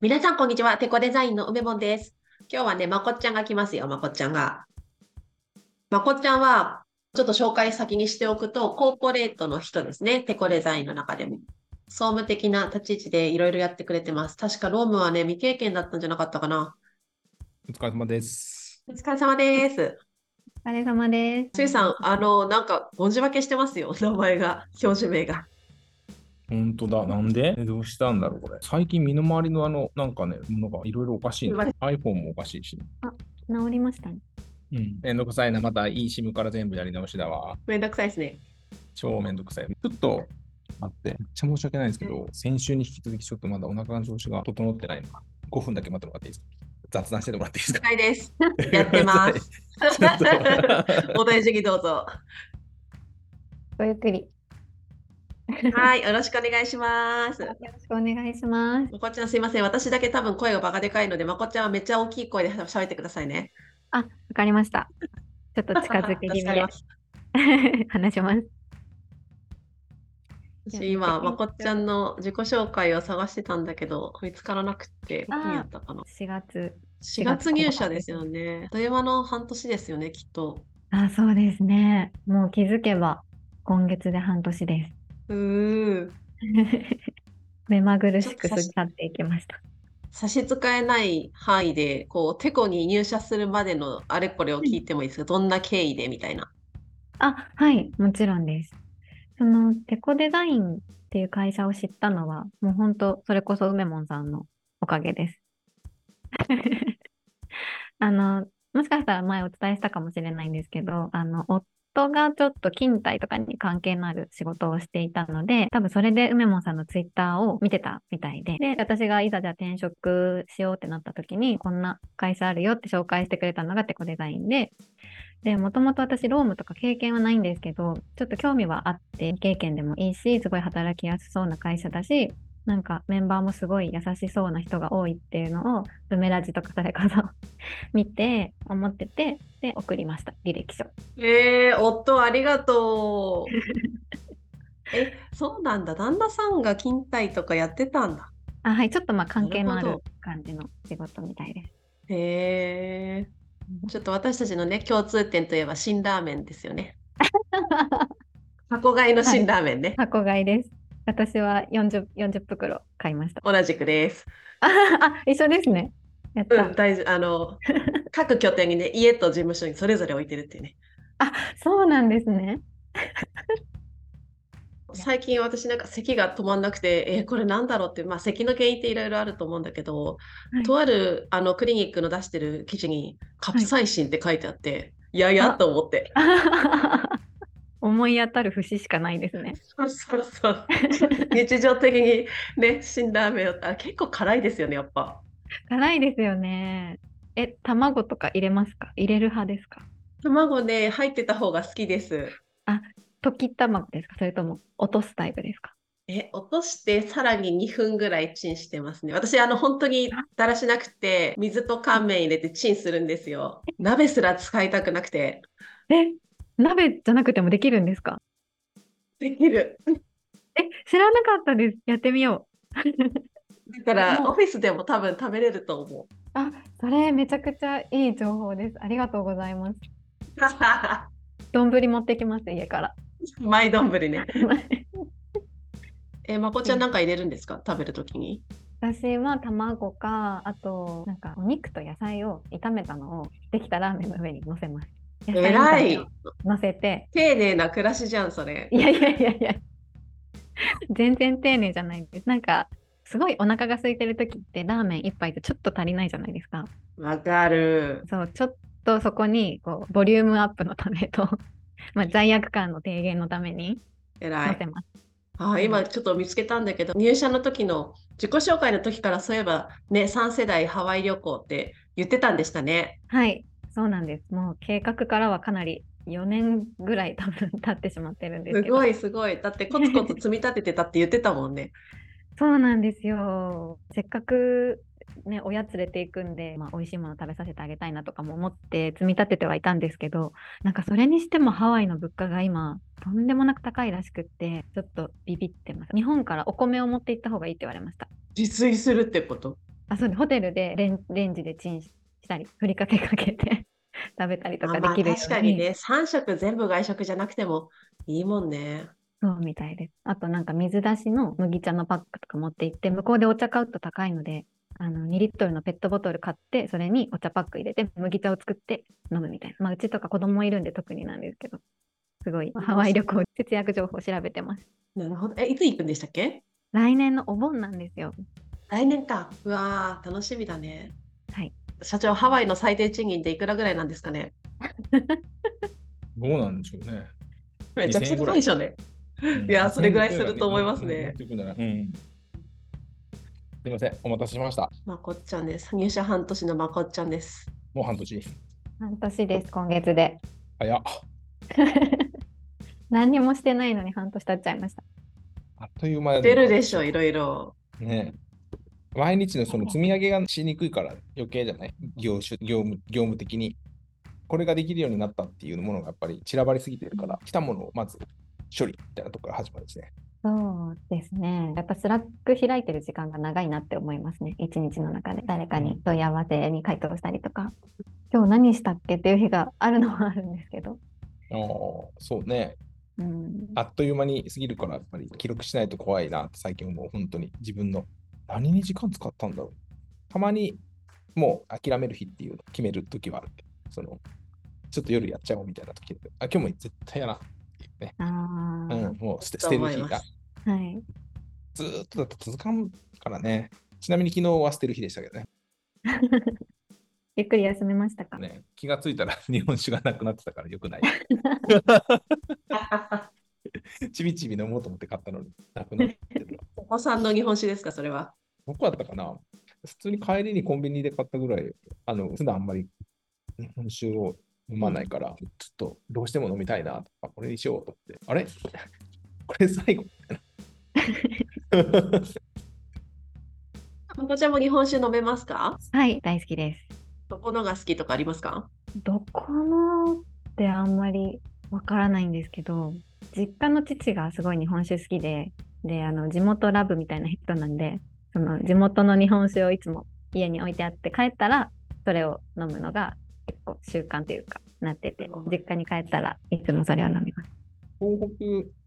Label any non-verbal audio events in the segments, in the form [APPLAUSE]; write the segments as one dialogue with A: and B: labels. A: 皆さん、こんにちは。テコデザインの梅本です。今日はね、まこっちゃんが来ますよ、まこっちゃんが。まこっちゃんは、ちょっと紹介先にしておくと、コーポレートの人ですね、テコデザインの中でも。総務的な立ち位置でいろいろやってくれてます。確かロームはね、未経験だったんじゃなかったかな。
B: お疲れ様です。
A: お疲れ様です。
C: お疲れ様です。
A: つゆさん、あの、なんか、文字分けしてますよ、名前が、表示名が。
B: 本当だ。なんでどうしたんだろうこれ。最近身の回りのあの、なんかね、ものがいろいろおかしい、ね。iPhone もおかしいし、ね、
C: あ、治りましたね。
B: うん。めんどくさいな。また eSIM から全部やり直しだわ。
A: めんどくさいですね。
B: 超めんどくさい。ちょっと、待って、めっちゃ申し訳ないんですけど、先週に引き続きちょっとまだお腹の調子が整ってないのか。5分だけ待ってもらっていいですか雑談してもらっていいですか
A: はいです。やってます。[LAUGHS]
B: [LAUGHS]
A: お大事にどうぞ。
C: ごゆっくり。
A: はい、よろしくお願いします。
C: よろしくお願いします。
A: まこちゃん、すいません。私だけ多分声がバカでかいので、まこちゃんはめっちゃ大きい声で喋ってくださいね。
C: あ、わかりました。ちょっと近づけ気味で話します。
A: 私今、まこちゃんの自己紹介を探してたんだけど、見つからなくて、何やったかな。
C: 4月。
A: 4月入社ですよね。あっという間の半年ですよね、きっと。
C: あ、そうですね。もう気づけば、今月で半年です。
A: うー
C: 目まぐるしく過ぎ去っていきました。
A: 差し支えない範囲で、こう、テコに入社するまでのあれこれを聞いてもいいですか、どんな経緯でみたいな。
C: あ、はい、もちろんです。その、テコデザインっていう会社を知ったのは、もう本当、それこそ梅門さんのおかげです。 [LAUGHS] あの、もしかしたら前お伝えしたかもしれないんですけど、あの、夫がちょっと勤怠とかに関係のある仕事をしていたので、多分それで梅門さんのツイッターを見てたみたいで、で、私がいざじゃあ転職しようってなった時に、こんな会社あるよって紹介してくれたのがテコデザインで、で、もともと私、ロームとか経験はないんですけど、ちょっと興味はあって、経験でもいいし、すごい働きやすそうな会社だし、なんかメンバーもすごい優しそうな人が多いっていうのを、梅ラジとか [LAUGHS] それこそ見て、思ってて、で、送りました、履歴書。
A: えー、夫ありがとう。
C: [LAUGHS]
A: え、そうなんだ、旦那さんが勤怠とかやってたんだ。
C: あはい、ちょっとまあ関係のある感じの仕事みたいです。 [LAUGHS]
A: へえー、ちょっと私たちのね、共通点といえば、辛ラーメンですよね。箱買いの辛ラーメンね、
C: はい、箱買いです。私は 40, 40袋買いました。 [LAUGHS]
A: 同じくです。
C: あ、一緒ですね。
A: やった。うん、大あの各拠点にね、家と事務所にそれぞれ置いてるっていうね。
C: あ、そうなんですね。
A: 最近私なんか咳が止まんなくて、えー、これなんだろうって、まあ咳の原因っていろいろあると思うんだけど、はい、とあるあのクリニックの出してる記事にカプサイシンって書いてあって、はい、いやいやと思って。
C: [LAUGHS] 思い当たる節しかないですね。
A: そうそうそう。日常的にね、辛ラーメンを結構辛いですよね、やっぱ。
C: 辛いですよね。え、卵とか入れますか？入れる派ですか？
A: 卵ね、入ってた方が好きです。
C: あ、溶き卵ですか？それとも落とすタイプですか？
A: え、落としてさらに2分ぐらいチンしてますね。私あの本当にだらしなくて、水と乾麺入れてチンするんですよ。鍋すら使いたくなくて。
C: え、鍋じゃなくてもできるんですか
A: できる。
C: え、知らなかったです。やってみよ
A: う。だからオフィスでも多分食べれると思う。 [LAUGHS]
C: あ、それめちゃくちゃいい情報です。ありがとうございます。丼持ってきます、家から。
A: マイ丼ね。え、まこちゃんなんか入れるんですか、食べるときに。
C: [LAUGHS] 私は卵か、あと、なんかお肉と野菜を炒めたのを、できたラーメンの上にのせます。
A: えらい
C: 乗せて
A: 丁寧な暮らしじゃんそれ
C: いやいやいやいや全然丁寧じゃないですなんかすごいお腹が空いてる時ってラーメン1杯ってちょっと足りないじゃないですか
A: わかる
C: そうちょっとそこにこうボリュームアップのためと [LAUGHS] まあ、罪悪感の低減のために
A: えらいあ今ちょっと見つけたんだけど、入社の時の自己紹介の時からそういえばね3世代ハワイ旅行って言ってたんでしたね
C: はいそうなんです。もう計画からはかなり4年ぐらい多分経ってしまってるんです
A: すごいすごい。だってコツコツ積み立ててたって言ってたもんね。
C: そうなんですよ。せっかくね、親連れていくんで、まあ、美味しいもの食べさせてあげたいなとかも思って積み立ててはいたんですけどなんかそれにしてもハワイの物価が今とんでもなく高いらしくってちょっとビビってます日本からお米を持って行った方がいいって言われました
A: 自炊するってこと
C: あ、そうね、ホテルでレンレンジでチンしたり、ふりかけかけて [LAUGHS] 食べたりとか
A: まあ
C: できるよ
A: 確
C: う
A: か
C: に、
A: にね、3食全部外食じゃなくてもいいもんね。
C: そうみたいです。あとなんか水出しの麦茶のパックとか持って行って、向こうでお茶買うと高いので、あの2リットルのペットボトル買って、それにお茶パック入れて、麦茶を作って飲むみたいな。まあ、うちとか子供いるんで特になんですけど、すごいハワイ旅行節約情報を調べてます。
A: なるほど。え、いつ行くんでしたっけ
C: 来年のお盆なんですよ。
A: 来年か。うわー、楽しみだね。
C: はい。
A: 社長、ハワイの最低賃金っていくらぐらいなんですかね
B: どうなんでしょうね。
A: めちゃくちゃ高いでしょうね。
B: うん
A: いやそれぐらいすると思いますね
B: うんうんすみません、お待たせしました。
A: まこっちゃんです。入社半年のまこっちゃんです。
B: もう半年。
C: 半年です、今月で。
B: 早っ。
C: 何にもしてないのに半年経っちゃいました。
B: あっという間
A: 出るで [LAUGHS] しょ、いろいろ。
B: ね毎日のその積み上げがしにくいから余計じゃない業種、業務、業務的に。これができるようになったっていうものがやっぱり散らばりすぎてるから、来たものをまず処理みたいなところから始まるんですね。
C: そうですね。やっぱスラック開いてる時間が長いなって思いますね。一日の中で誰かに問い合わせに回答したりとか、今日何したっけっていう日があるのはあるんですけど。
B: ああ、そうね。
C: うん、
B: あっという間に過ぎるから、やっぱり記録しないと怖いなって最近思う、本当に自分の何に時間使ったんだろう。たまにもう諦める日っていうのを決めるときはあるけど、そのちょっと夜やっちゃおうみたいなとき、あ、今日も絶対やなっていうね、
C: あ
B: う
C: ー
B: ん、もう捨て捨
A: と
B: てる
A: 思い
B: 日
A: ま
B: が
A: す。
C: はい。
B: ずーっとだと続かんからね。ちなみに昨日は捨てる日でしたけどね。
C: ゆっくり休めましたか、
B: ね気がついたら [LAUGHS] 日本酒がなくなってたからよくない。 [LAUGHS] ちびちび飲もうと思って買ったのになくなってる
A: お
B: わ。
A: 子さんの日本酒ですか、それは。
B: どこだったかな普通に帰りにコンビニで買ったぐらい、あの普段あんまり日本酒を飲まないから、ちょっとどうしても飲みたいなとか、これにしようと思って、あれ [LAUGHS] これ最後みたいな。
A: まこちゃんも日本酒飲めますか
C: はい、大好きです。
A: どこのが好きとかありますか
C: どこのってあんまりわからないんですけど、実家の父がすごい日本酒好きで、で、あの、地元ラブみたいな人なんで、その地元の日本酒をいつも家に置いてあって、帰ったらそれを飲むのが結構習慣というかなってて、実家に帰ったらいつもそれを飲みます。
B: 東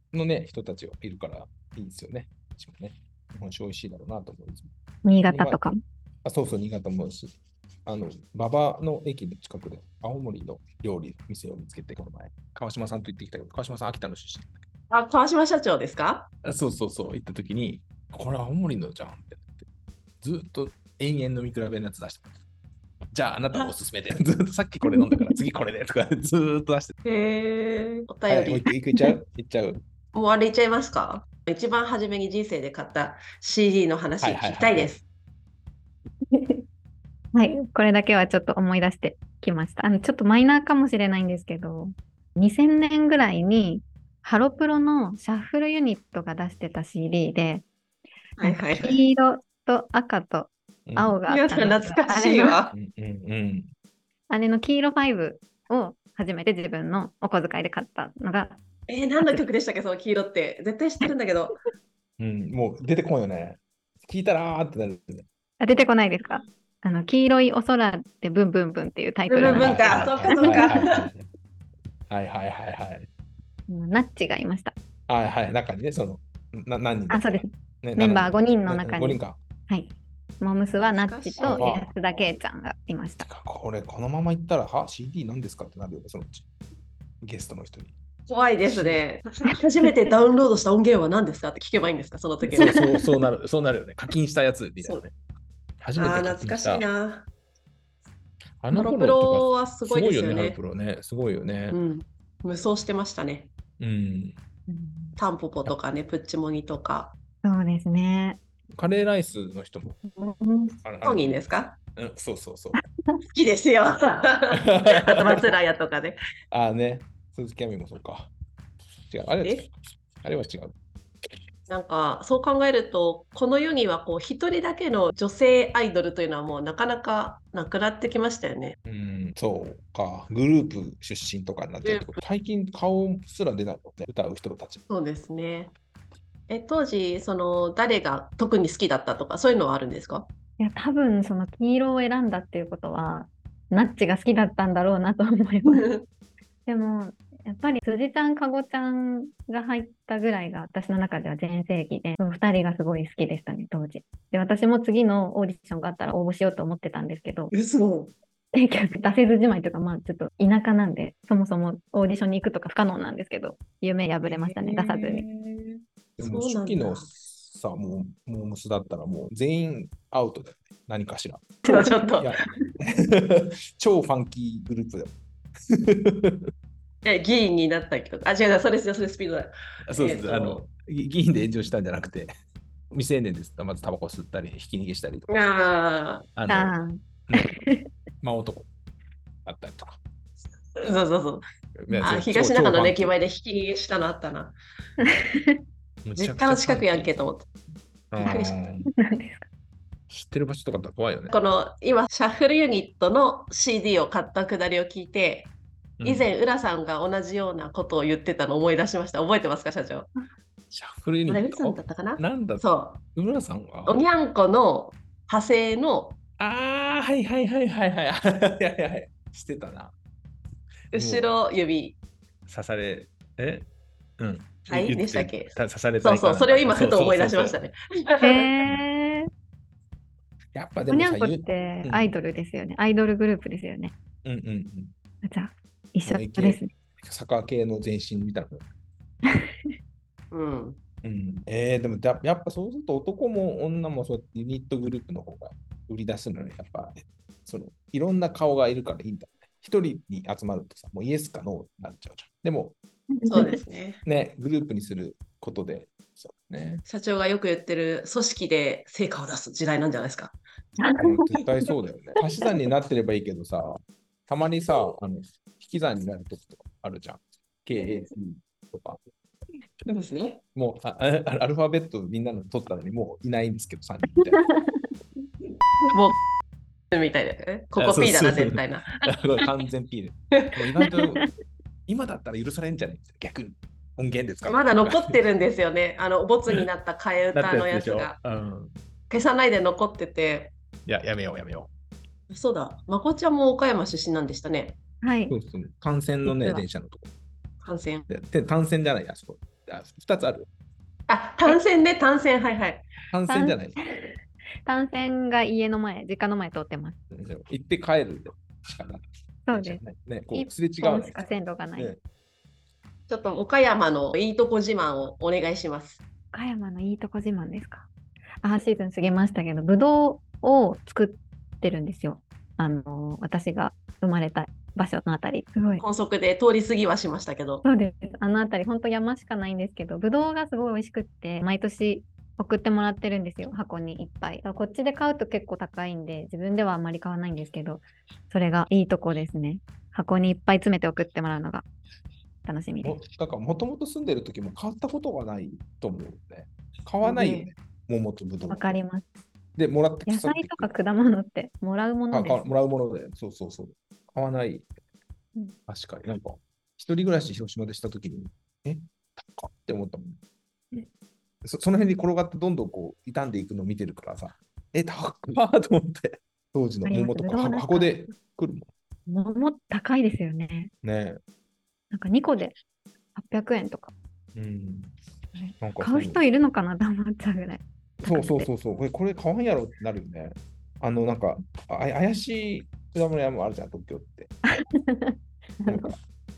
B: 北のね、人たちがいるからいいですよね。しかもね、日本酒美味しいだろうなと思うんですよ
C: 新潟とかも。
B: あそうそう、新潟もですし、あの、馬場の駅の近くで、青森の料理、店を見つけて、この前、川島さんと行ってきたけど、川島さん、秋田の出身。
A: あ、川島社長ですか
B: あそうそうそう、行った時に、これ青森のじゃんってなって、ずっと延々飲み比べのやつ出してたじゃあ、あなたおすすめで、 [LAUGHS] ずっとさっきこれ飲んだから、次これでとか、ずーっと出して
A: へえ。お
B: た。
A: 便り、
B: はい、もう一個一個いっちゃういっちゃう。
A: もうあれいっちゃいますか一番初めに人生で買った CD の話
B: はいはいはい
A: 聞きたいです。
C: はい、これだけはちょっと思い出してきました。あの、ちょっとマイナーかもしれないんですけど、2000年ぐらいに、ハロプロのシャッフルユニットが出してた CD で、
A: はいはいはい。
C: 黄色と赤と
B: うん
C: 青があったんですよ
A: なんか懐かしいわ
B: う。んうんうん。
C: あれのあれの黄色5を初めて自分のお小遣いで買ったのが、
A: えー、何の曲でしたっけ、その黄色って。絶対知ってるんだけど。
B: うん、もう出てこないよね。聞いたらーってなるよね。
C: あ出てこないですかあの、黄色いお空でブンブンブンっていうタイトル
A: ブン
C: の
A: ブンブンかそうかそうか
B: はいはいはいはい。
C: うんナッチがいました。
B: はいはい、中にね、その、な何人だ
C: あ、
B: っけ
C: そうです。
B: ね
C: メンバー
B: 七
C: 5人
B: 人
C: の中
B: 五
C: に
B: 人、か。
C: はい。モムスはナッチと
B: 懐かしい
C: 安田圭ちゃんがいました
B: て。かこれ、このまま行ったら、は ?CD 何ですかってなるよね、そのうち。ゲストの人に。
A: [LAUGHS] 怖いですね。初めてダウンロードした音源は何ですかって聞けばいいんです [LAUGHS] か、その時
B: [LAUGHS] そ
A: は
B: うそうそうなる、そうなるよね。課金したやつみたいなね。初めて
A: あー
B: 課
A: 懐
B: 金
A: かし
B: した。
A: いな。
B: あ
A: ハ
B: の
A: ロ
B: 頃
A: プロ
B: とか
A: はすごいですよ
B: ハロ
A: ね
B: プ。ロね。すごいよね
A: う。ん。無双してましたね。
B: うん。
A: タンポポとかね、プッチモニとか。
C: そうですね。
B: カレーライスの人も。あ
A: ソニーですすか
B: うん、そうそうそう。
A: 好きです [LAUGHS] よ。あと
B: あ
A: 松浦屋とかね。
B: あね、鈴木亜美もそうか。違う、あれは違う
A: え
B: あれは違う。
A: なんかそう考えるとこの世にはこう一人だけの女性アイドルというのはもうなかなかなくなってきましたよね。
B: うん、そうか。グループ出身とかになっちゃうってこと。最近顔すら出ないもんね、歌う人たち。
A: そうですね。え当時その誰が特に好きだったとかそういうのはあるんですか？
C: えいや、多分その黄色を選んだっていうことは、ナッチが好きだったんだろうなと思います。でも、やっぱり辻ちゃん、かごちゃんが入ったぐらいが私の中では全盛期で、その2人がすごい好きでしたね、当時。で、私も次のオーディションがあったら応募しようと思ってたんですけど、 [LAUGHS]
A: 嘘。
C: 提供出せずじまいというか、まあちょっと田舎なんで、そもそもオーディションに行くとか不可能なんですけど、夢破れましたね、出さずに。
A: に。
B: でも
A: そうなんだ
B: 初期のさ、もう、モームスだったらもう全員アウトだよね。何かしら。
A: ちょっとちょっと
B: い。や [LAUGHS] 超ファンキーグループだよ。
A: え、議員になったけど。あ、違う違う、それですよ、それスピードだ。
B: そうで
A: え
B: す、
A: ーと
B: あの、ぎ議員で炎上したんじゃなくて、未成年です。まずタバコ吸ったり、ひき逃げしたりとか、
A: ああ、
B: あの、
C: あ
B: 魔男だったりとか。
A: そうそうそう。あ東中野の駅前で引き逃げしたのあったな。実家の近くやんけと思って。
B: う
A: びっくりし [LAUGHS]
B: ん。
C: あ、なんですか。
B: 知ってる場所とかだったら怖いよね。
A: この今、シャッフルユニットの CD を買ったくだりを聞いて、
B: うん
A: 以。前、浦さんが同じようなことを言ってたのを思い出しました。覚えてますか、社長。
B: シャッフルユニ
A: あれ、
B: ッ
A: 浦さんだ
B: ト
A: っ。たかな
B: おなんだ、
A: そ
B: 浦さんは
A: う。おにゃんこの派生の
B: ああ、はいはいはいはいはい。はいはいはい。してたな。
A: 後ろ指。
B: 刺され、えうん。
A: はい
B: 言って
A: でしたっけ
B: た刺され
A: そ
B: た
A: う
B: いか
A: そう、
B: ら
A: それを今、ふと思い出しました。
B: そうそうそうそう
A: ね。
C: へえ
B: やっぱ
C: ー。
B: で
C: お
B: も
C: にゃ
B: さ、
C: んこっ
B: 言う
C: て
B: うん
C: アイドルですよね。アイドルグループですよね。
B: うんうんうん。
C: じゃあ、一緒ですね。
B: サッカー系の前身みたいな。
A: うん。
B: うん、えー、でもだやっぱそうすると男も女もそうやってユニットグループの方が売り出すのね、やっぱ、そのいろんな顔がいるからいいんだよね。一人に集まるとさ、もうイエスかノーになっちゃうじゃん。でも
A: そうですね。
B: ね、グループにすることで、そうね。
A: 社長がよく言ってる組織で成果を出す時代なんじゃないですか。
B: うん絶対そうだよね。足し算になってればいいけどさ、たまにさ、あの引き算になる時とかあるじゃん。KAC とか。
A: そうですね。
B: もうああアルファベットみんなの取ったのにもういないんですけど、3人
A: [LAUGHS]
B: みたいな。
A: もう、みたいなね。こ
B: あ
A: こ
B: そう
A: P だな、
B: そうそう
A: 絶対な。
B: 完全 P で。もう意外と今だったら許されんじゃない逆に音源ですから。
A: まだ残ってるんですよね。あの、ボツになった替え歌のやつ
B: だっ
A: が。
B: たやつでしょ。うん。
A: 消さないで残ってて。
B: いや、やめよう、やめよ
A: そうだ、まこちゃんも岡山出身なんでしたね。
C: はい。
B: う。そうそう。単線のね、
C: 実は
B: 電車のとこ。
A: 単線。
B: でで単線じゃない、あそこ。あ2つある。
A: あ、単線ね、単線、はいはい。
B: 単線じゃない。
C: 単線が家の前、実家の前通ってます。
B: 行って帰るしかない。
C: そうです。
B: す。ね、こう
C: 一
B: すれ違う
C: 本
B: ね
C: しか線路がない。
B: ね
A: ちょっと岡山のいいとこ自慢をお願いします。
C: 岡山のいいとこ自慢ですか。あ、シーズン過ぎましたけど、ぶどうを作ってるんですよ。あの、私が生まれた場所のあたり。すごい。
A: 高速で通り過ぎはしましたけど。
C: そうです。あのあたり、本当山しかないんですけど、ぶどうがすごい美味しくって、毎年送ってもらってるんですよ、箱にいっぱい。だからこっちで買うと結構高いんで、自分ではあんまり買わないんですけど、それがいいとこですね。箱にいっぱい詰めて送ってもらうのが楽しみです
B: も。だから、もともと住んでる時も買ったことがないと思うね。買わないよね。桃とぶどう。
C: わかります。
B: で、もらって
C: 野
B: 腐っ
C: 菜
B: て
C: とか果物ってもらうもの
B: あ
C: で
B: 買
C: す
B: う。もらうもので、そうそうそう。買わない。
C: うん
B: 確かに。なんか、一人暮らし広島でしたときに、え、高っって思ったもん。
C: ね
B: そその辺に転がってどんどんこう傷んでいくのを見てるからさ、え、高っと思って、当時の桃とか
C: ありま
B: 箱
C: す
B: 箱で来るも
C: 桃高いですよね。
B: ん。ね
C: なんか2個で800円とか。
B: え。うん。なんか
C: 買う人いるのかなと思っちゃうぐらい。
B: そうそうそうそう。これ、これ買わんやろってなるよね。あの、なんか、あ怪しい果物屋もあるじゃん、東京
C: [LAUGHS]
B: って。なんか、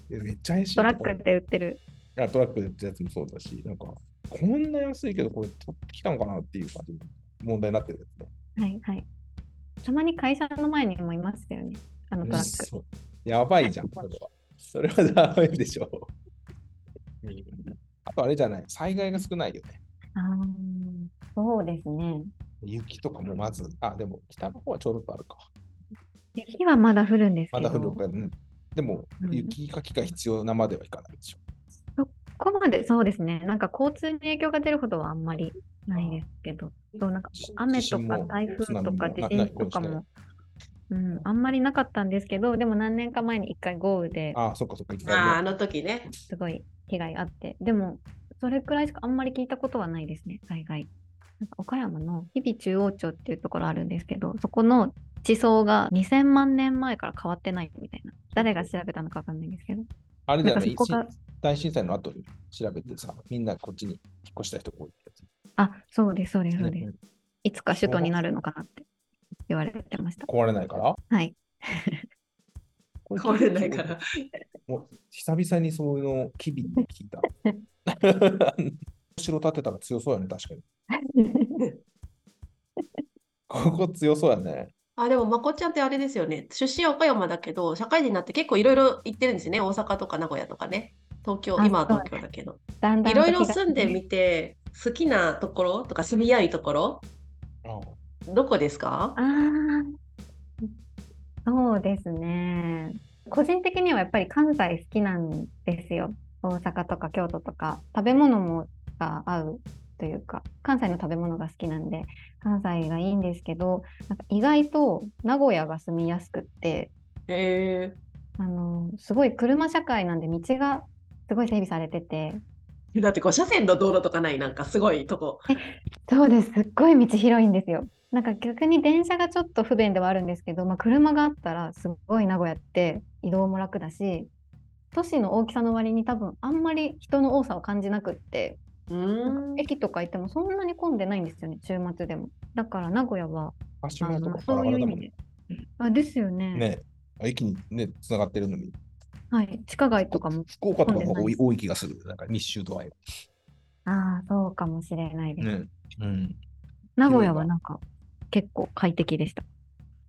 B: えめっちゃ怪しいと
C: ト
B: こ
C: ラックで売ってる。
B: あトラックでやったやつもそうだし、なんか、こんな安いけど、これ取ってきたのかなっていう感じの問題になってるやつね。
C: はいはい。たまに会社の前にもいますよね。あのトラッ
B: [LAUGHS]
C: ク。
B: そうやばいじゃん、それは。それはやばいでしょ。うんあとあれじゃない、災害が少ないよね。
C: あーそうですね。
B: 雪とかもまず、あ、でも北の方はちょろっとあるか。
C: 雪はまだ降るんです
B: ま
C: け
B: だ
C: ど、
B: 降る
C: こ
B: からね。でも、
C: うん
B: 雪かきが必要なまではいかないでしょ。
C: こまでそうですね。なんか交通に影響が出るほどはあんまりないですけど、そうなんか雨とか台風とか地震とかも、うん、あんまりなかったんですけど、でも何年か前に一回豪雨で
B: ああ、そっかそっか、一
A: あーあ
B: 回ね
A: の時ね。
C: すごい被害あって、でもそれくらいしかあんまり聞いたことはないですね、災害。なんか岡山の日々中央町っていうところあるんですけど、そこの地層が2000万年前から変わってないみたいな。誰が調べたのかわかんないんですけど。
B: あれだよ
C: なん
B: ね、
C: かそこが
B: 一大震災の後に調べてさ、みんなこっちに引っ越した人が多いってやつ。
C: あ、そうです、そうです、そうです
B: うん。
C: いつか首都になるのかなって言われてました。
B: 壊れないから
A: [LAUGHS]
C: はい。
A: 壊れないから。
B: もう久々にそういうの機微に
C: [LAUGHS]
B: 聞いた。後ろ立てたら強そうやね、確かに。ここ強そうやね。
A: あ、でも、まこっちゃんってあれですよね。出身は岡山だけど、社会人になって結構いろいろ行ってるんですよね。大阪とか名古屋とかね。東京、
C: あ
A: 今は
C: そう
A: 東京だけど。
C: だんだん
A: いろいろ住んでみて、好きなところとか住みやいところ、
B: あ
A: どこですか
C: ああ、そうですね。個人的にはやっぱり関西好きなんですよ。大阪とか京都とか。食べ物もが合うというか、関西の食べ物が好きなんで、関西がいいんですけど、なんか意外と名古屋が住みやすくって、
A: え
C: あの、すごい車社会なんで道がすごい整備されてて、
A: ー、だって5車線の道路とかない、なんかすごいとこ。
C: そうです。すっごい道広いんですよ。なんか逆に電車がちょっと不便ではあるんですけど、まあ、車があったらすごい名古屋って移動も楽だし、都市の大きさの割に多分あんまり人の多さを感じなくって、
A: う
C: なん
A: ん
C: か。駅とか行ってもそんなに混んでないんですよね、週末でも。だから名古屋は、
B: 足元
C: あ
B: と
C: の
B: か
C: そ
B: バラ
C: う
B: バ
C: い
B: ラだ
C: う意
B: もん
C: 味
B: ね
C: で。。あですよね
B: ねえ駅にね、つながってるのに。
C: はい。地下街とかも。
B: 福岡とか
C: そう
B: の
C: です
B: 方が
C: ね
B: 多い多い気がする。なんか密集度合い。
C: ああ、そうかもしれないです。
B: ね。うん。
C: 名古屋はなんか結構快適でした。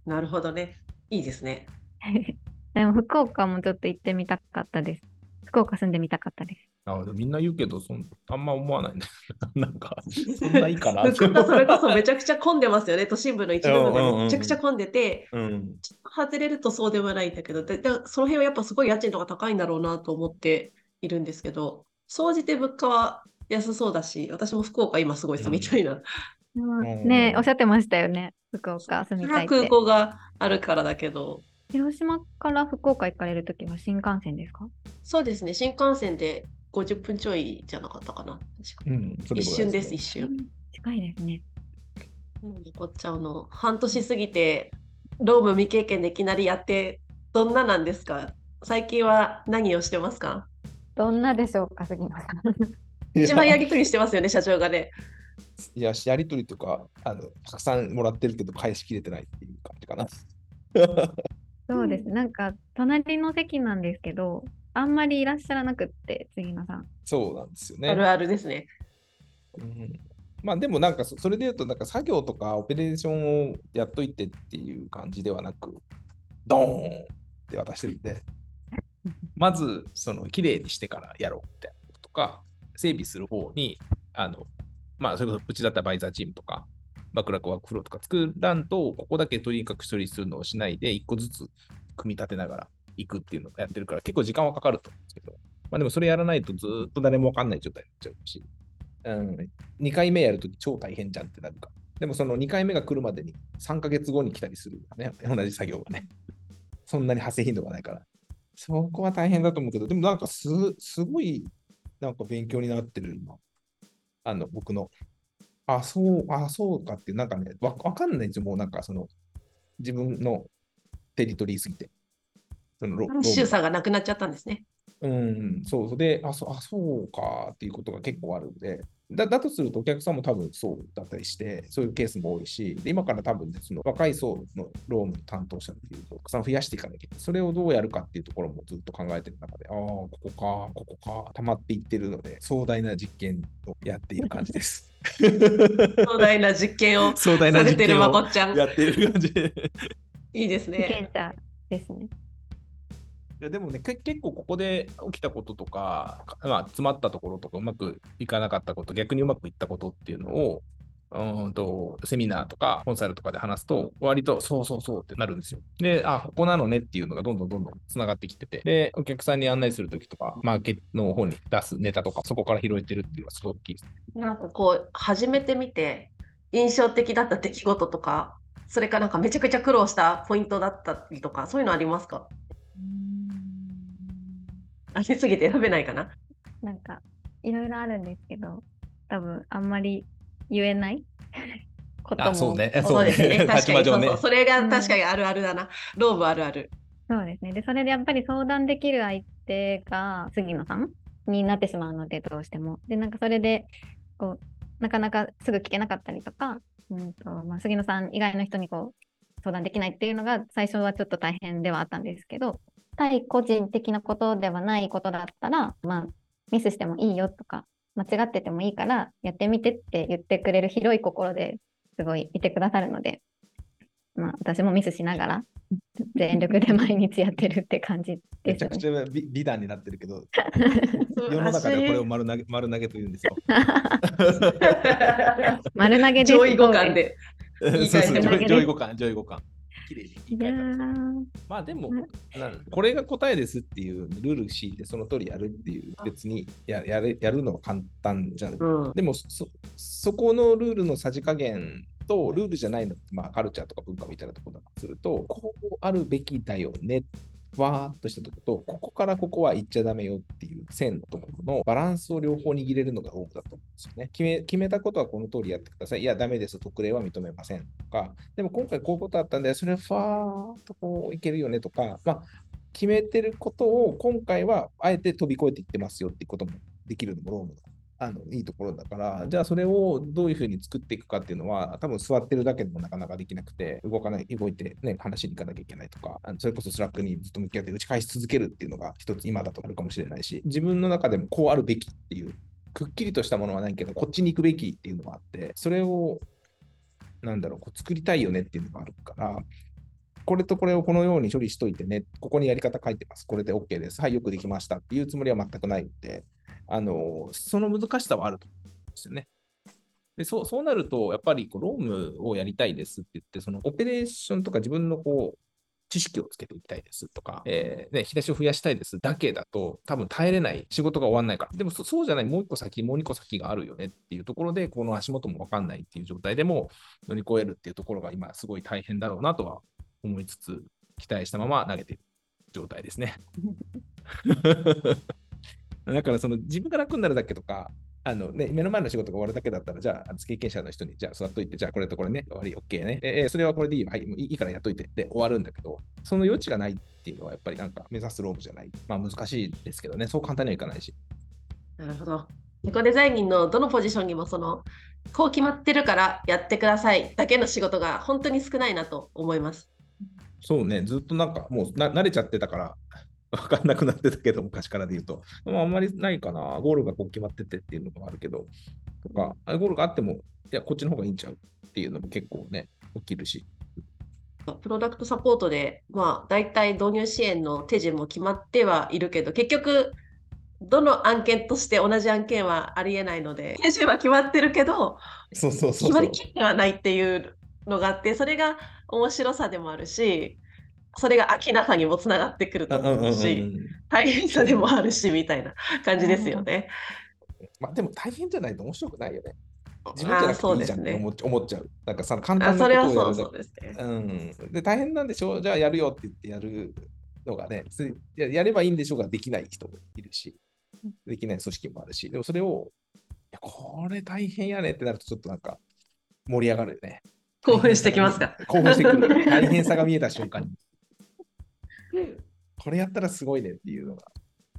A: なるほどね。いいですね。
C: [LAUGHS] でも福岡もちょっと行ってみたかったです。福岡住んでみたかったです。
B: あみんな言うけどそん、あんま思わないね。 [LAUGHS] なん
A: [LAUGHS]
B: か、そんないいかな。
A: 福岡 [LAUGHS] それこそめちゃくちゃ混んでますよね。都心部の一部
B: うんうんう
A: が
B: ん
A: めちゃくちゃ混んでて、
B: [LAUGHS] うん。
A: ちょっと外れるとそうでもないんだけど、ででその辺はやっぱすごい家賃とか高いんだろうなと思っているんですけど、総じて物価は安そうだし、私も福岡今すごい住みたいな。
B: ん
C: ねえおっしゃってましたよね。福岡住みたいって
A: 空。港があるからだけど、
C: 広島から福岡行かれるときは新幹線ですか
A: そうですね、新幹線で50分ちょいじゃなかったかな。確か
B: うん、それ
A: 一
B: ぐら
A: 瞬
B: い
A: です、
B: ね
A: 一瞬。
C: 近いですね。
A: もうこっちゃあの半年過ぎて、ローム未経験でいきなりやって、どんななんですか最近は何をしてますか
C: どんなでしょうか、杉野さん。
B: い
A: 一番や
B: や
A: りとりしてますよね、社長がね。
B: いややりとりとかあの、たくさんもらってるけど、返しきれてないっていう感じかな。
C: そうです。なんか、隣の席なんですけど、あんまりいらっしゃらなくって、杉野さん。
B: そうなんですよ
A: ある
B: ね。
A: あるですね。
B: うんまあでもなんかそそれで言うとなんか作業とかオペレーションをやっといてっていう感じではなくドーンって渡してるんでまずその綺麗にしてからやろうみたいなこととか整備する方にあのまあそれこそうちだったらバイザーチームとかバックラックワークフローとか作らんとここだけとにかく処理するのをしないで一個ずつ組み立てながら行くっていうのをやってるから結構時間はかかると思うんですけどまあでもそれやらないとずーっと誰もわかんない状態になっちゃうしうん、2回目やるとき超大変じゃんってなるから。でもその2回目が来るまでに3ヶ月後に来たりするからね、同じ作業がね。そんなに発生頻度がないから。そこは大変だと思うけど、でもなんかすすごいなんか勉強になってる今。あの、僕の。あ、そう、あ、そうかっていう、なんかね、わわかんないんですよ、もうなんかその、自分のテリトリーすぎて。そのロローマ
A: 周さんがなくなっちゃったんです
B: [LAUGHS]
A: ね。
B: うん、そうそうで、あ、そう、あ、そうかっていうことが結構あるんで、だ、だとするとお客さんも多分そうだったりして、そういうケースも多いし、で今から多分ね、その若い層のローンの担当者っていうのをたくさん増やしていかなきゃいけない、それをどうやるかっていうところもずっと考えてる中で、ああ、ここか、ここか、溜まっていってるので、壮大な実験をやっている感じです。
A: 壮大な実験を
B: [LAUGHS] 壮大
A: さ
B: な
A: れ
B: 実
A: てる
B: 験
A: まこ
B: を
A: っちゃん。
B: やっている感じで。
A: いいです
C: 意見
A: ね。
C: 者ですね。
B: いやでもねけ結構ここで起きたこととか、かまあ、詰まったところとかうまくいかなかったこと逆にうまくいったことっていうのをうーんとセミナーとかコンサルとかで話すと割とそうそうそうってなるんですよ。であここなのねっていうのがどんどんどんどんつながってきててでお客さんに案内するときとかマーケットの方に出すネタとかそこから拾えてるっていうのはすごく大きいです。
A: なんかこう、始めてみて、印象的だった出来事とか、それかなんかめちゃくちゃ苦労したポイントだったりとか、そういうのありますかありすぎて選べないかな。
C: なんかいろいろあるんですけど多分あんまり言えないことも。
B: あ、そうね。え
A: そうです
B: [LAUGHS]
A: ね。
B: 立
A: 確か
B: 場
A: に、そ
B: 上
A: う
B: ね
A: そう。。それが確かにあるあるだな。ローブあるある。
C: そうですね。で、それでやっぱり相談できる相手が杉野さんになってしまうので、どうしても。で、なんかそれで、こう、なかなかすぐ聞けなかったりとか、うんとまあ、杉野さん以外の人にこう相談できないっていうのが、最初はちょっと大変ではあったんですけど、対個人的なことではないことだったら、まあ、ミスしてもいいよとか、間違っててもいいから、やってみてって言ってくれる広い心ですごいいてくださるので、まあ、私もミスしながら、全力で毎日やってるって感じ
B: め
C: で
B: ち
C: す
B: ゃくちゃ美美談になって
A: [LAUGHS]
B: るけど、
A: 素
B: 世
A: 晴
B: の
A: らしい
B: 中ではこれを丸投げ丸投げと言うんですよ。
C: 丸投げで
A: [LAUGHS]
C: す
A: 上位互換。で。いい
B: そう
A: 感
B: そ
A: じ
B: う、
A: で
B: 上位上位互換、上位互換。綺麗に言い
C: いや
B: 換えた
C: ー
B: まあでも
C: う、
B: なんこれが答えですっていうルール敷いてその通りやるっていう、別にややれやるのは簡単じゃん。
A: うん。
B: でもそ、そこのルールのさじ加減と、ルールじゃないの、まあ、カルチャーとか文化みたいなところだとすると、こうあるべきだよね、わーっとしたとこと、ここからここは行っちゃダメよっていう線のところのバランスを両方握れるのが多くだと思うんですよね。決め決めたことはこの通りやってください。いや、ダメです。特例は認めませんとか、でも今回こういうことあったんで、それファーっとこういけるよねとか、まあ、決めてることを今回はあえて飛び越えていってますよっていうこともできるのもロームのあのいいところだから、じゃあそれをどういうふうに作っていくかっていうのは、多分座ってるだけでもなかなかできなくて、動かない、動いてね、話しに行かなきゃいけないとか、あのそれこそスラックにずっと向き合って打ち返し続けるっていうのが一つ今だとあるかもしれないし、自分の中でもこうあるべきっていう、くっきりとしたものはないけど、こっちに行くべきっていうのがあって、それを、なんだろう、こう作りたいよねっていうのがあるから、これとこれをこのように処理しといてね、ここにやり方書いてます、これで OK です、はい、よくできましたっていうつもりは全くないので、あのその難しさはあると思うんですよね。でそうそうなると、やっぱりこうロームをやりたいですって言って、そのオペレーションとか自分のこう知識をつけていきたいですとか、えーね、引き出しを増やしたいですだけだと、多分耐えれない、仕事が終わらないから、でもそそうじゃない、もう一個先、もう二個先があるよねっていうところで、この足元も分かんないっていう状態でも乗り越えるっていうところが今、すごい大変だろうなとは思いつつ、期待したまま投げている状態ですね。だからその自分が楽になるだけとか、あのね、目の前の仕事が終わるだけだったら、じゃあ、あの経験者の人に、じゃあ、座っといて、じゃあ、これとこれね、終わり、OK ね、ええそれはこれでいいよ、はい、もういいいいからやっといて、で、終わるんだけど、その余地がないっていうのは、やっぱりなんか、目指すロームじゃない。まあ、難しいですけどね、そう簡単にはいかないし。
A: なるほど。自己デザインのどのポジションにもそのこう決まってるからやってくださいだけの仕事が本当に少ないなと思います。
B: そうね、ずっとなんか、もうな慣れちゃってたから、分かんなくなってたけど、昔からで言うと、まあ、あんまりないかな、ゴールがこう決まっててっていうのもあるけど、とか、あゴールがあっても、いや、こっちの方がいいんちゃうっていうのも結構ね、起きるし。
A: プロダクトサポートで、まあ、大体導入支援の手順も決まってはいるけど結局どの案件として同じ案件はありえないので [LAUGHS] 手順は決まってるけど
B: そうそうそうそう。
A: 決まりきってはないっていうのがあってそれが面白さでもあるしそれが飽きなさにもつながってくると
B: うんうんうんう
A: 思うし
B: ん
A: 大変さでもあるしみたいな感じですよね。
B: まあでも大変じゃないと面白くないよね。自分じゃなくていいじゃんって
A: あーそうですね
B: 思っちゃ思っちゃう。なんかさ、簡
A: あ
B: 単な
A: そ
B: こ
A: れは
B: と
A: そう
B: をや
A: そ
B: る
A: うですね。
B: だけ。うん。で、大変なんでしょじゃあやるよって言ってやるのがね、ついややればいいんでしょうができない人もいるし、できない組織もあるし、でもそれを、いやこれ大変やねってなるとちょっとなんか盛り上がるよね。
A: 興奮してきますか。
B: [LAUGHS] 興奮してくる。大変さが見えた瞬間に。これやったらすごいねっていうのが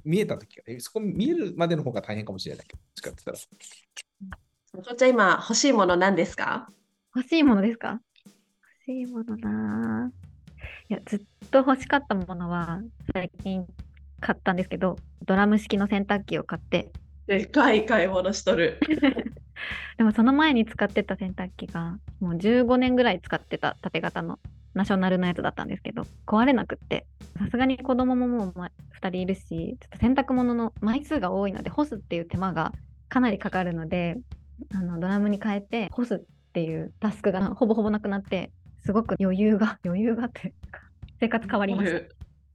B: 見えたときは、えそこ見えるまでの方が大変かもしれないけど、使ってたら。
A: まこっちゃん今欲しいもの何ですか
C: 欲しいものですか欲しいものなぁいや、ずっと欲しかったものは、最近買ったんですけど、ドラム式の洗濯機を買って、
A: でかい買い物しとる。
C: でもその前に使ってた洗濯機が、もう15年ぐらい使ってた縦型のナショナルのやつだったんですけど、壊れなくって、さすがに子供ももうま2人いるし、ちょっと洗濯物の枚数が多いので、干すっていう手間がかなりかかるので、あのドラムに変えて、干すっていうタスクがほぼほぼなくなって、すごく余裕が、 [LAUGHS] 余裕がって、生活変わりまし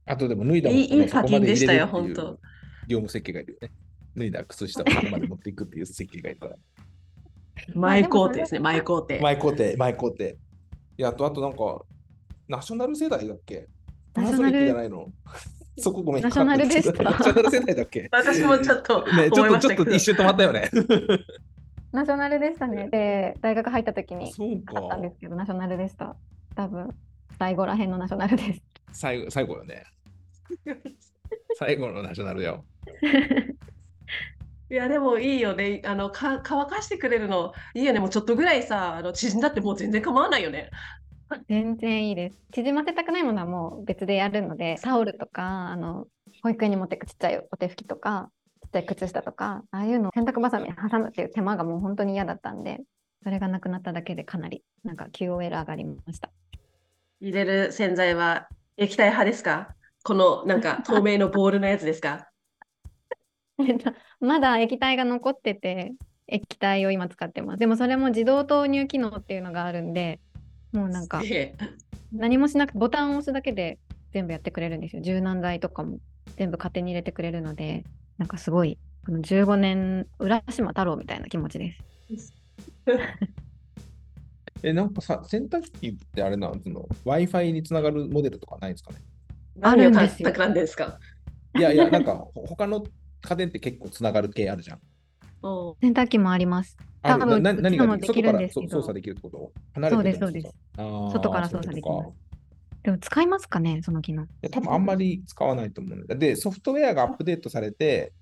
C: た。
B: あとでも脱いだ
A: いいいい
B: そこま
A: 課金でしたよ
B: 入れるっていう
A: 本当
B: 業務設計がいるよね。脱いだ靴下をそこまで持っていくっていう設計がいるから。
A: 前工程ですね、前工程。
B: 前工程、前工程。いや、あと、あとなんか、ナショナル世代だっけ
C: ナショナ
B: パナソニ
C: ル
B: ックじゃないのそこごめん。
C: ナショナルでした
B: ナショナル世代だっけ
A: 私もちょっと
B: ね、ち
A: 思い
B: ょっ
A: ま
B: と、
A: し
B: ち
A: た
B: ょ
A: け
B: っと
A: ど
B: 一瞬止まったよね。
C: ナショナルでしたね。で、大学入った時に
B: そう
C: 買った
B: か
C: ん。ですけど、ナショナルでした。多分、第5ら辺のナショナルです。
B: 最後、最後よね。最後のナショナルよ。
A: いやでもいいよねあのか乾かしてくれるのいいよねもうちょっとぐらいさあの縮んだってもう全然構わないよね
C: 全然いいです。縮ませたくないものはもう別でやるので、タオルとか、あの、保育園に持ってくちっちゃいお手拭きとか、ちっちゃい靴下とか、ああいうのを洗濯バサミに挟むっていう手間がもう本当に嫌だったんで、それがなくなっただけでかなり、なんか QOL 上がりました。 [LAUGHS]
A: 入れる洗剤は液体派ですかこのなんか透明のボールのやつですか
C: えっとまだ液体が残ってて、液体を今使ってます。でもそれも自動投入機能っていうのがあるんで、もうなんか
A: ええ
C: 何もしなくてボタンを押すだけで全部やってくれるんですよ。柔軟剤とかも全部勝手に入れてくれるので、なんかすごい、この15年、浦島太郎みたいな気持ちです。
B: [LAUGHS] え、なんかさ、洗濯機ってあれなんその Wi-Fi につながるモデルとかないんですかね
C: あるんです
A: 何
C: よ
A: を買ったんですか
B: いやい
C: [LAUGHS]
B: や、なんかほ他の家電って結構つながる系あるじゃん。
A: おう
C: 洗濯機もあります。
B: ある
C: 多分
B: な
C: うち
B: 何
C: の
B: が
C: も
B: でき
C: できる
B: る
C: ん
B: 外から
C: ですけ
B: そ
C: ど
B: 操作できるってこと離れてても
C: そうですそうです
B: 操作あー
C: 外から操作でき
B: そういう
C: ま
B: こ
C: す
B: とか。
C: でも使いますかね、その機能。 [LAUGHS]
B: いや多分あんまり使わないと思うんだ。で、ソフトウェアがアップデートされて、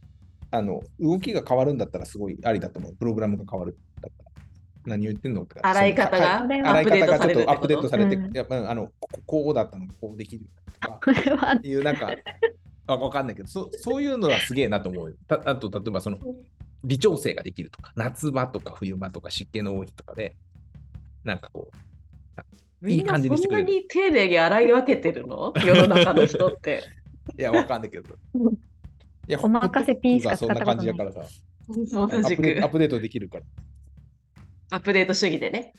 B: あの動きが変わるんだったらすごいありだと思う。プログラムが変わるんだったら。何言ってんのって
A: 洗い方が
B: は
A: アッ
B: い洗い
A: プデー
B: 方
A: ト
B: が
A: さ
B: ち
A: れ
B: ょっ
A: るって
B: とアッ
A: こ
B: プデー
A: と
B: トされて、
C: うん
B: やっぱあのこここうだったのがこうできるとか。
C: これは
B: いうなんか、わわかんないけど、そそういうのはすげえなと思うよ。たあと、例えばその、微調整ができるとか、夏場とか冬場とか湿気の多い日とかで、なんかこう、い
A: み
B: い
A: んな
B: 感じにし
A: そ
B: て
A: ん
B: く
A: な
B: れる。
A: に丁寧に洗い分けてるの世の中の人って。
B: いや、わかんないけど。
C: うん
B: いや
C: お任せピーしか
B: そ
C: 使
B: ん
C: った
B: な
C: こ
B: 感じ
C: とな
B: だ
C: い
B: からさ、
A: 同
B: アッ
A: じ
B: プデ
A: く
B: アップデートできるから。
A: アップデート主義でね。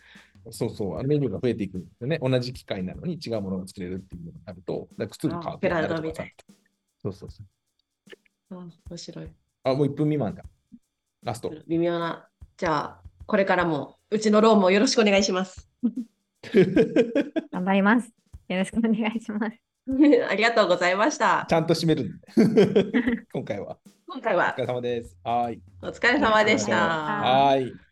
B: そうそう、あのメニューが増えていくんですよね。同じ機械なのに違うものが作れるっていうのがあると、だから靴が変わって
A: あ
B: な
A: ブラン
B: る
A: ド
B: と
A: みた
B: かさ
A: い。
B: そうそうそう。
A: あ面白い。
B: あ、もう1分未満だ。ラスト。 [LAUGHS]
A: 微妙な。じゃあ、これからもうちのローンもよろしくお願いします。 [LAUGHS]
C: 頑張ります。よろしくお願いします。
A: ありがとうございました
B: ち。ゃんと締めるんで [LAUGHS] 今回は。
A: 今回
B: お
A: は
B: 疲れ様です。はーい。
A: お疲れ様でし。
C: お疲れ様でしたた
B: はーい。